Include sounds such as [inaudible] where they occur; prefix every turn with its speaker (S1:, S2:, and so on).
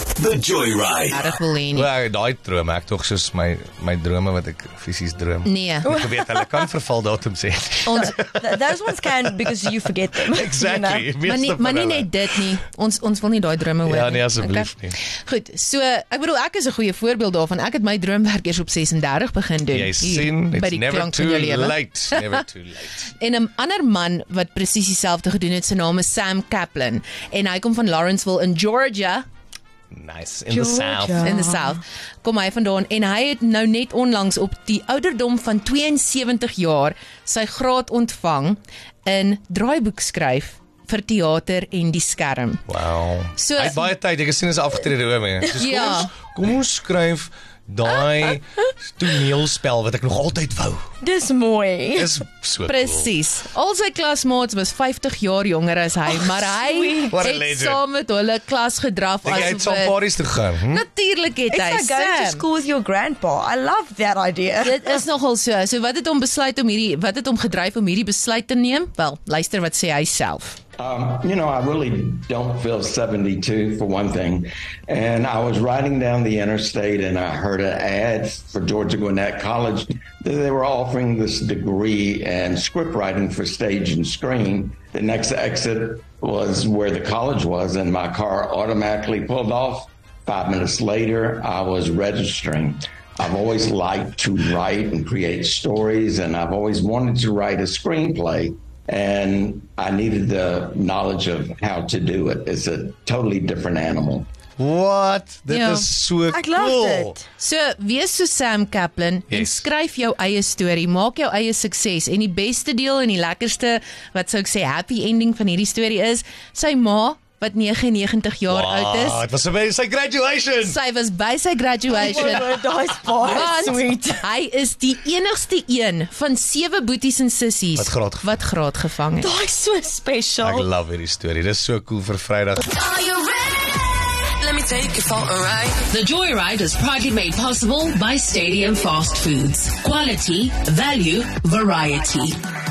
S1: The Joyride.
S2: Regtig wil hê nie.
S3: Wel, daai drome, ek tog soos my my drome wat ek fisies droom. [laughs]
S2: Nee.
S3: Ek geweet hulle kan verval datum sê.
S2: Ons
S4: Th- those ones can because you forget them. you
S3: Exactly.
S4: know.
S2: Maar nie, maar nie net dit nie. Ons ons wil nie daai drome hoor
S3: Ja, nee, asseblief
S2: Okay?
S3: nie.
S2: Goed, so ek bedoel ek is 'n goeie voorbeeld daarvan. Ek het my droomwerk eers op 36 begin doen.
S3: Jy
S2: hier,
S3: sien,
S2: by
S3: it's
S2: die
S3: never
S2: klank van
S3: too
S2: jou lewe.
S3: late. Never too late.
S2: En 'n ander man wat presies dieselfde gedoen het, sy naam is Sam Kaplan en hy kom van Lawrenceville in Georgia
S3: Nice in the south.
S4: Georgia.
S2: in the South. Kom hy vandaan en hy het nou net onlangs op die ouderdom van 72 jaar sy graad ontvang in draaiboek skryf vir teater en die skerm.
S3: Wow.
S2: So-
S3: hy het baie tyd. Ek het sien is afgetrede oom. hè. Soos, Kom
S2: Ja.
S3: ons kom ons skryf daai toneelspel wat ek nog altyd wou.
S4: Dis mooi.
S3: Dis so.
S2: Presies. Al sy klasmaats was 50 jaar jonger as hy, maar hy
S3: sweet. What a
S2: het
S3: legend.
S2: saam met hulle klas gedraf
S3: Cool. Ek het
S2: asof dit-
S3: safaris toe gaan. Hm?
S2: Natuurlik het
S4: It's
S2: hy
S4: like going to
S2: Sam.
S4: school with your grandpa. I love that idea.
S2: Dit is nogal so. So wat het hom besluit om hierdie wat het hom gedryf om hierdie besluit te neem? Wel, luister wat sê hy self.
S5: Um, you know, I really don't feel 72 for one thing. And I was riding down the interstate and I heard an ad for Georgia Gwinnett College. They were offering this degree in script writing for stage and screen. The next exit was where the college was, and my car automatically pulled off. Five minutes later, I was registering. I've always liked to write and create stories, and I've always wanted to write a screenplay and I needed the knowledge of how to do it. It's a totally different animal.
S3: What? Dit
S2: Ja.
S3: is so
S4: Ek love
S3: cool.
S4: dit.
S2: So, wees so Sam Kaplan yes. en
S3: Yes.
S2: skryf jou eie storie, maak jou eie sukses en die beste deel en die lekkerste wat sou ek sê happy ending van hierdie storie is, sy ma wat 99 jaar oud
S3: Wow,
S2: is.
S3: Dit was amazing. Sy graduation.
S2: Sy was by sy graduation.
S4: Oh, nice bar.
S2: Want
S4: Sweet.
S2: hy is die enigste een van sewe boeties en sissies
S3: Wat graad gevang.
S2: wat graad gevang het.
S4: Daai's so
S3: Ek
S4: special.
S3: love hierdie storie. Dis so cool vir Vrydag.
S6: Are you ready? Let me take you for a ride.
S7: The Joyride is proudly made possible by Stadium Fast Foods. Quality, value, variety.